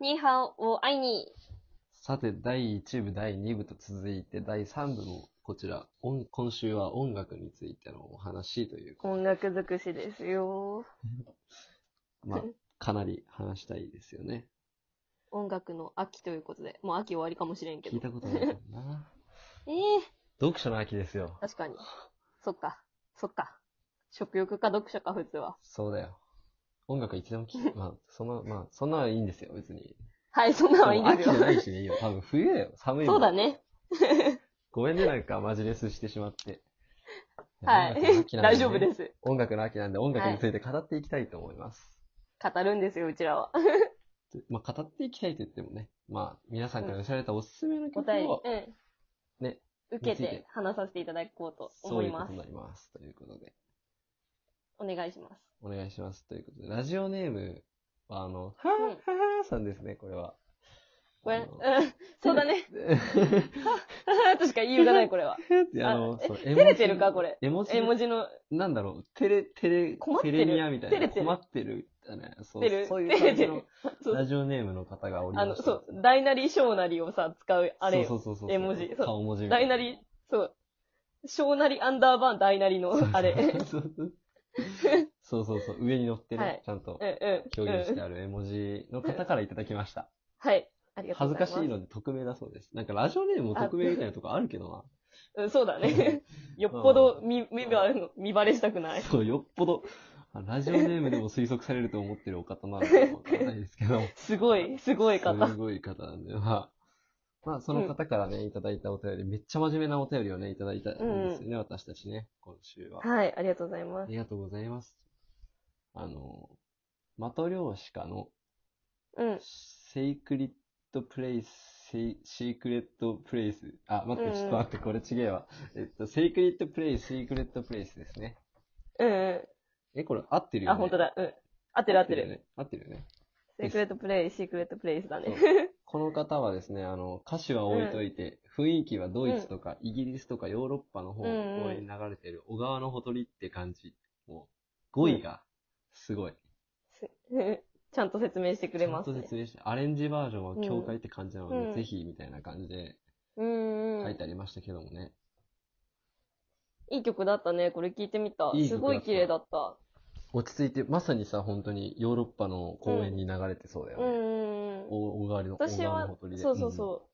ニーハオを愛に。さて、第1部、第2部と続いて、第3部も、こちら、音今週は音楽についてのお話というか、音楽尽くしですよ。まあ、かなり話したいですよね。 音楽の秋ということで、もう秋終わりかもしれんけ聞どい。たことないもんな。 ええ読書の秋ですよ。確かに。そっか。そっか。食欲か読書か、普通は。そうだよ。音楽一度 も聞く。まあ、その、まあ、そんなのはいいんですよ、別に。はい、そんなのいいでもです秋じゃないよ。しね、いいよ。多分冬だよ。寒いもんそうだね。ごめんね、なんか、マジレスしてしまって。は音楽のい。秋なんで ね大丈夫です。音楽の秋なんで、音楽について語っていきたいと思います。語るんですよ、うちらは。でまあ、語っていきたいと言ってもね、まあ、皆さんから寄せられたおすすめのお曲便を、り、うん。ね。受けについてて話させていただこうとそ思ういいうこまとすに。なります。ということで、お願いします。お願いします。ということで、ラジオネームは、あの、はうんぁ、はぁさんですね、こ れは。これ、うあんの。そうだ ね。っとしか言いようがない、これは。てあの、あそう、照れてるかこれ絵文字絵。文字の、なんだろう、テレ、テレ、困ってテるレニアみたいな。照れてる困ってるみたいな。そ照れう、るそういう感じ照れのて そうラジオネームの方がおりまあしたの、そう、大なり小なりをさ、使う、あれそよ。うそうそうそう。絵文字そう顔文字みたい大なり、そう。小なりアンダーバー大なりの、あ れ。うんそう そうそうそう。上に乗ってね、はいちゃんとうん。表現しうてん。ある絵文字の方からいただき ました。はい。ありがとう恥ございまずかす。しいので匿名だそうです。なんかラジオネームも匿名みたいなとこあるけどうん、そうだ ね。よっぽど見、見ば、見バレしたく なな。い。そう、よっぽど、あラジオネームでも推測されると思ってるお方なのかわからないですけ ど。すごい、すごい方す。ごい方なんで、まあ、まあ、その方からね、いただいたお便り、めっちゃ真面目なお便りをね、いただいたんですよね、私たちね、今週は。はい、ありがとうございまあす。りがとうございます。あの、マトリョーシカのうん。セイクリッドプレイス、セイシークレットプレイス。あ、待っうんて、ちょっと待って、これ違えわ。えっと、セイクリッドプレイス、シークレットプレイスですね。うんうえ、これ合ってるん。よね。あ、本当だ。うん。合ってる合ってよる。ね。合ってるよね。セクレットプレイ、シークレットプレイスだね。この方はですね、あの、歌詞は置いといて、雰囲気はドイツとかイギリスとかヨーロッパの方うんうにん流れてる小川のほとりって感じ。もう、語彙がすごい。 ちゃんと説明してくれますちゃんねと。説明して、アレンジバージョンは教会って感じなので、うんぜひみたいな感じでうんう書いんて。ありましたけどもね。いい曲だったね。これ聞いてみた。いい曲だったすごい綺麗だった。落ち着いて、まさにさ、本当にヨーロッパの公園に流れてそうだようね。んうんうん。お小川の、私小川のはほとり、で。そうそうそ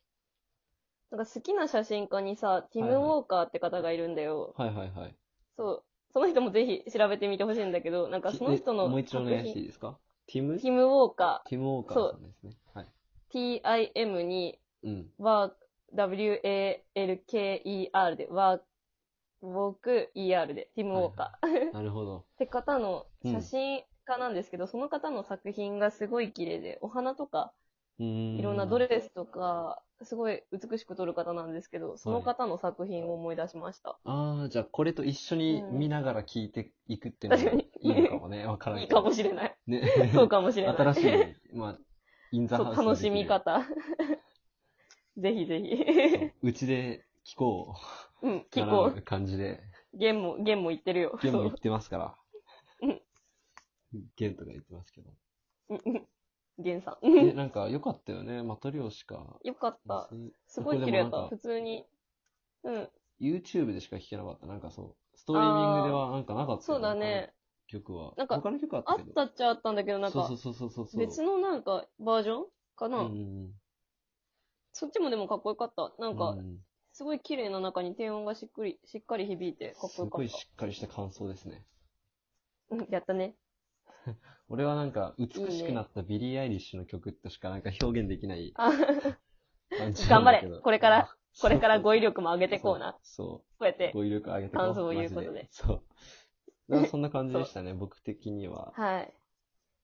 う。なんか好きな写真家にさ、ティム・ウォーカーって方がいるんだよ。うん。はいはいはい。そう。その人もぜひ調べてみてほしいんだけど、なんかその人のえもう一度お作願いしてい品、いですかティム、ティム・ウォーカティム・ウォーカーさんですね。はい。ー、TIM に、うん。ワーク、W-A-L-K-E-R で、ワーク、ウォーク ER で、ティム・ウォーカー。なるほど。って方の写真家なんですけど、その方の作品がすごい綺麗で、お花とか、いいろんなドレスとか、すごい美しく撮る方なんですけど、その方の作品を思い出しました。ああ、じゃあこれと一緒にうん見ながら聞いていくっていうのが確いかにいのか もね。わからないいけいど。かもしれ ない。ね。そうかもしれない。新しい、まあ、インザそハウうスが楽できしるみ。 方。ぜひぜそううちで聞こひ。うん、う。 聞こう。う。感じで。弦も、弦も言ってるよ。ゲンも言ってますからうん。ゲンとか言ってま すけど。そううんうん 弦さえ、ん。なんか良かったよね。マトリョーシカ。よかった。すごこいれ綺で麗もだった。なんか普通に。うん。 YouTube でしか聴けなかった。なんかそう。ストリーミングではなんかなかったよね。そうだね。他の曲は。なんか他の曲あっあたっけど。たっちゃあったんだけど、なんかそう、そうそうそうそう。別のなんかバージョンかうな。ん。そっちもでもかっこよかった。なんうか、すごい綺麗な中に低音がしっくり、しっかり響いて、かっこよすごかっいしっかりした感想ですね。た。うん、やったね。俺はなんか、美しくなったビリー・アイリッシュの曲としかなんか表現できないあ 感じな頑ん張だけれど。。これ から、これから語彙力力も上げてこうな。こ。そうやっう。て。語彙力上げてこう。感想を言うマジことでそう。なんかそんな感じでしたね、僕的には。はい。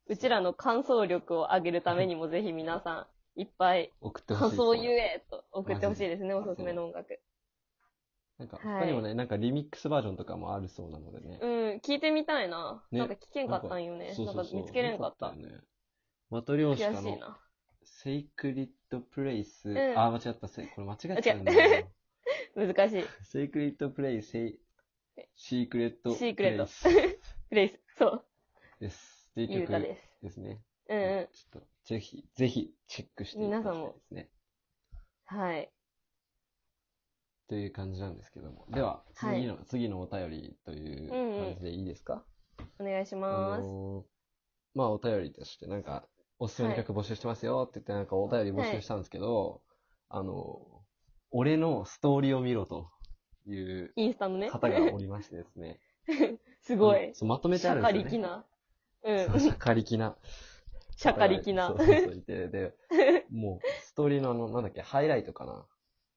うちらの感想力を上げるためにも、ぜひ皆さん、いっぱい送ってほし感いですね。想を言えと送ってほしいですね、おすすめの音楽。なんか、他にもね、なんかリミックスバージョンとかもあるそうなのでね。うん、聞いてみたいな。ねなんか聞けんかったんよね。そうなんそうかそう見つけれんかっよた。よね。マトリョーシ悔カしいのな。セイクリッドプレイス。んあ、間違った。せこれ間違えちゃうん だよな。難しい。 セイクレットプレイ、セイ、シークレットシークレットプレイスプレイス。そう。です。ってい いいう歌曲です。ですね。うんうん。ちょっと、ぜひ、ぜひチェックしていただきたいですね。はい。という感じなんですけども。では、はい次の、次のお便りという感じでいいですか、お願いしあます。のーまあお便りとして、なんか、おすすめの曲募集してますよって言って、なんかお便り募集したんですけど、あのー俺のストーリーを見ろというインスタのね。方がおりましてですね。 すごあのい。そうまとめてあシるャんでカすリキよ、ね。な。う。そうんシャカリキな。シャカリキなそう。そうそうい て、で、もう、ストーリーのあの、なんだっけ、ハイライトかな。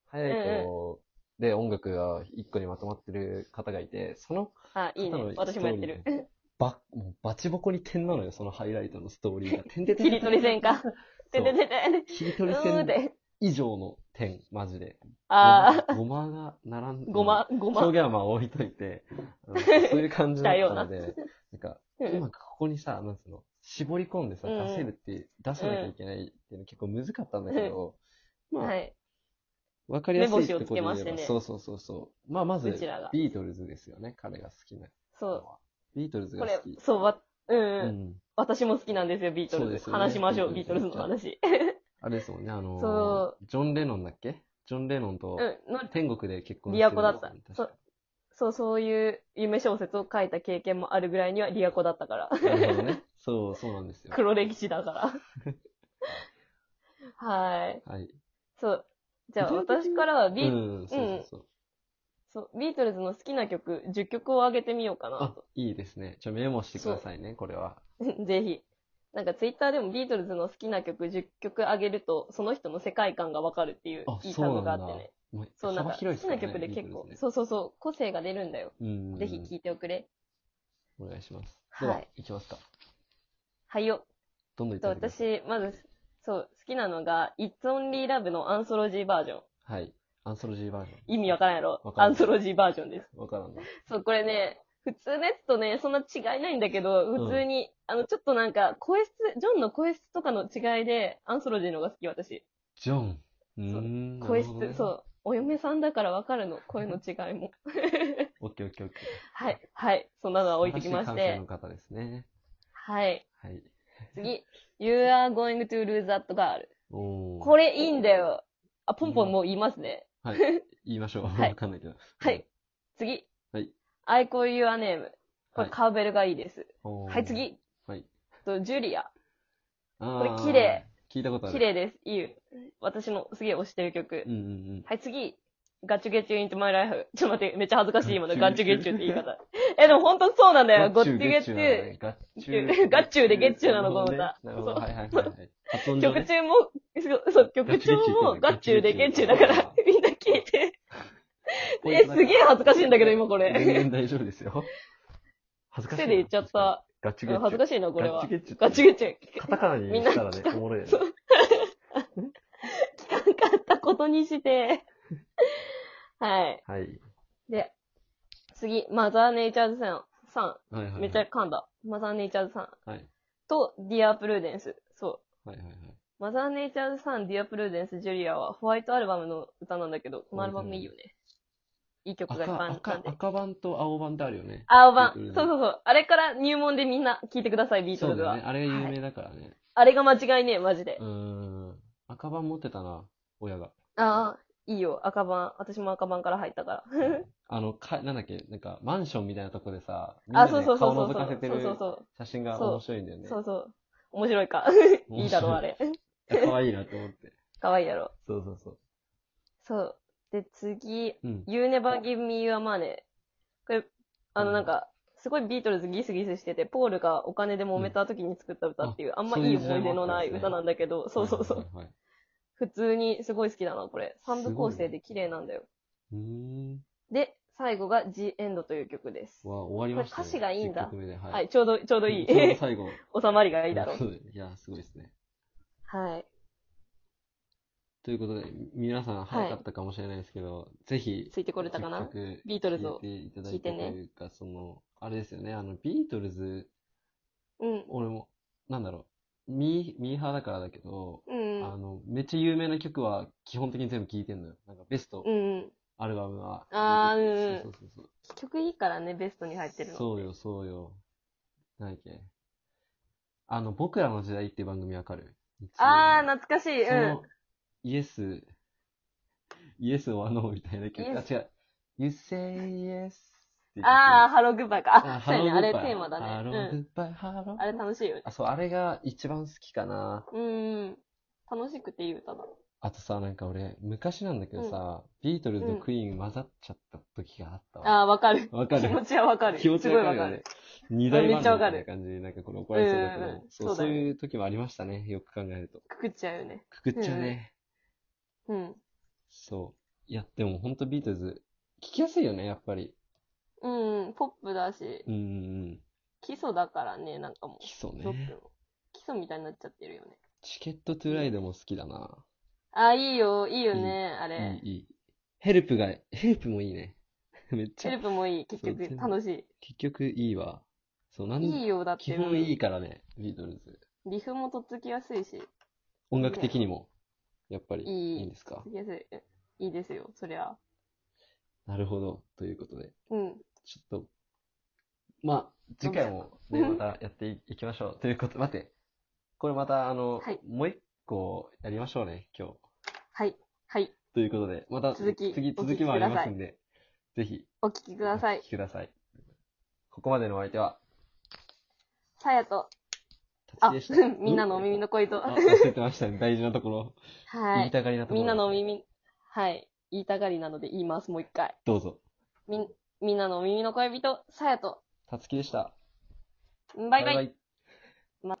ハイライトで音楽が一個にまとまってる方がいて、そのあ、いいね肩の。私もやってる。ば、もうバチボコに点なのよ、そのハイライトのストーリーが。点 で切り取り線 か。てててて。切りう取りー線で。以上の点、マジで。あごまが並んー、ごま、ごま。表現はまあ置いといて、あのそういう感じだったの来で、なんか、うんうまくここにさ、なんつうの、絞り込んでさ、うんうん出せるって、出さなきゃいけないっていうの結構難かったんだけど、まあは、い。わかりやすいところ目で言星をつえけば、ましてねそうそうそうそう。まあ、まずうちらが、ビートルズですよね、彼が好きなのそは。ビートルズう。がこれ好き、。そう、わ、うんううん。ん。私も好きなんですよ、ビートそうルでズ。すよね話しましょう、ビビーートトルルズズのの話。あれですもんね、あのーそジョン・レノンだっけジョン・レノンとうん。の天国で結婚リアコだったんで。すそよねう、そう、そういう夢小説を書いた経験もあるぐらいにはリアコだったから。確かなるほど ね。そう、そうなんですよ。黒歴史だ から。はい。はい。そう。じゃあ、具体的に私からはビー、うん、そうそうそう。そうビートルズの好きな曲、10曲を上げてみようかなあ、いいですね。ちょ、メモしてくださいね、これは。と。 ぜひ。なんか、ツイッターでもビートルズの好きな曲10曲上げると、その人の世界観がわかるっていうあ、、いいそタうグがなあんだってね。。もうそう、なん幅か、広好いできすからなね曲で結構、ビートルズねそうそうそう、個性が出るんだよ。うん。ぜひ聴いておくれ。お願いします。はでいは、いきますか。はいよ。どんどんいと、ただきます。私、まず、そう、好きなのが、It's Only Love のアンソロジーバージョン。はい。アンソロジーバージョン。意味わからんやろわからアんンソロジーバージョンです。わからんな。そう、これね、普通のやつとね、そんな違いないんだけど、普通に、あの、ちょっとなんか、声質、ジョンの声質とかの違いで、アンソロジーの方が好き、私。ジョン。うーん。声質、なるほどねそう。お嫁さんだからわか るの、声の違いも。オッケーオッケーオッケー。はい、はい、そんなのは置いてきまし素晴らい感性ての。方ですね。はい。はい。次、You are going to lose that girl. おーこれいいんだよ。あ、ポンポンもう言いますね。はい。言いましょう。わはいかんないけど。はい。次。はい。 I call your name. こはいれカーベルがいいです。おーはい、。次。はい。と、ジュリア。ここれ綺麗。聞いたことある。綺。麗です。いい。私のすげえ推してる曲。うんうんうん。はい、次。ガチュゲチュイントマイライフ。ちょっと待って、めっちゃ恥ずかしい今のガガチチュュゲゲチチュュって言い方。え、でも本当そうなんだよ。ガチュゲチュ。ガッチチュュゲチュ。ーガッ チューでゲッチューなのこのこの歌なるほど。そうはいはいはいはい。発音上曲ね中も、そうそう、曲中もガガッッチチュューーででゲゲッッチチュューーだだかからら、みんな聞いて。こういえ、うす歌げえ恥ずかしいんだけど今こ全れ。然大丈夫ですよ。恥ずかしい手な。で言っちゃった。ガチュゲチュ。恥ずかしいな、これは。ガガッチュゲッチュ。チュゲチュ。カタカナにみんなしたらね、おもろいよね。聞かんかったことにして。はい。はい。で、次、マザーネイチャーズさん。さんはいはいはい。めっちゃ噛んだ。マザーネイチャーズさん。はい。と、ディア・プルーデンス。そう。はいはいはい。マザーネイチャーズさん、ディア・プルーデンス、ジュリアはホワイトアルバムの歌なんだけど、このアルバムいいよね。いい曲がいっぱい赤、あっ赤たん、で。赤版と青版ってあるよね。青版。ビートそうルズそうそう。あれから入門でみんな聴いてください、ビートそうルズだは。よね。あれが有はい名だからね。あれが間違いねえ、マジで。うーん。赤版持ってたな、親が。ああ、いいよ、赤版。私も赤版から入ったから。 あの、か、なんだっけ、なんか、マンションみたいなとこでさ、みんなあ、でそうそうそう顔そう覗そかうせてそうそうるそう。写真がそう面白いんだよね。そうそう。面白いか。白いいいだろ、あれ。可 愛いなと思って。かわいいやろ。そうそうそう。そう。で、次、うん。 You Never Give Me Your Money。これ、あのなんか、すごいビートルズギスギスしてて、ポールがお金で揉めた時に作った歌っていう、ああんまそういいいう時代思い出のないもあっ歌たんですねなんだけど、そうそうそはう。いはいはい。普通にすごい好きだな、これ。三す部ごい構ね成で綺麗なんだよ。うーん。で、最後が G End という曲です。わ、終わりましたね。これ歌詞がいいんだ10曲目ではい。はい、ちょうど、ちょうどいい。 ちょうど最後。収まり がいいだろう。そう いや、すごいですね。はい。ということで、皆さん早かったかもしれないですけど、ぜひ、ついてこれたかな10曲ビートルズを。聞いていただ聞いいててとねいうか、その、あれですよね、あの、ビートルズ、うん。俺も、なんだろう、ミー、ミーハーだからだけど、うん。あの、めっちゃ有名な曲は基本的に全部聴いてんのよ。なんかベストうんうん。アルバムは。あーうんうんそうそうそう曲いいからね、ベストに入ってそう。るの。そうよ、そうよ。何やっけ。あの、僕らの時代っていう番組わかるあー、懐かしい。。そうの、イエス、イエスはノーみたいな曲。あ、違う。You say yes っていうん曲ああ、ハローグッバイか。あ、ハそうロやね。あーグッれバイテーマだハロねー。うグん。ッバイ、ハロー。あれ楽しいよね。あ、そう、あれが一番好きかな。うん。楽しくていい歌だ。あとさ、なんか俺、昔なんだけどさ、ビートルズとクイーン混ざっちゃった時があったわ。ああ、わかる。わか気る持ちはわかる。気持ちすごいわかわるかよるね。。二大バンドみたいめなっ感じで、なんかこれ怒られそうだけうんうんどうん、そ、そううだそうねいう時もありましたね。よく考えると。くくっちゃうよね。くくっちゃうんね。うん。そう。いや、でもほんとビートルズ、聞きやすいよね、やっぱり。うん、ポップだしう、んうんうん。基礎だからね、なんかも基礎う、ロックね。の。基礎みたいになっちゃってるよね。チケットトゥーライドも好きだな。ああ、いいよ、いいよね、あれ。いい、いい。ヘルプが、ヘルプもいいね。 めっちヘゃル、プもいい、結そう局、全部楽し結局いいわ。そう、なんい。いいよ、だって。基本いいからね、ビートルズ。リフもとっつきやすいし、音楽的にも、やっぱりいいいいんですかつ。きやすい。いいですよ、そりゃ。なるほど。ということで、うん。ちょっと、まあ、次回もね、またやっていいきましょう。ということ、待って。これまた、あの、はいもう一個やりましょうね、今日。はい、はい、ということで、また続き次、お聞き続きもありますんで、ぜひ、お聞きくださおい聞。きください。ここまでのお相手は、さやと、たあつきでし、た。 みんなのお耳の声と、あは忘れてましたね。大事なと ころ。言いい。たがりなところ。みんなのお。耳、はい。言いたがりなので言います、もう一回。どうぞ。みん、みんなのお耳の恋人、さやと、たつきでした。バイバイ。イ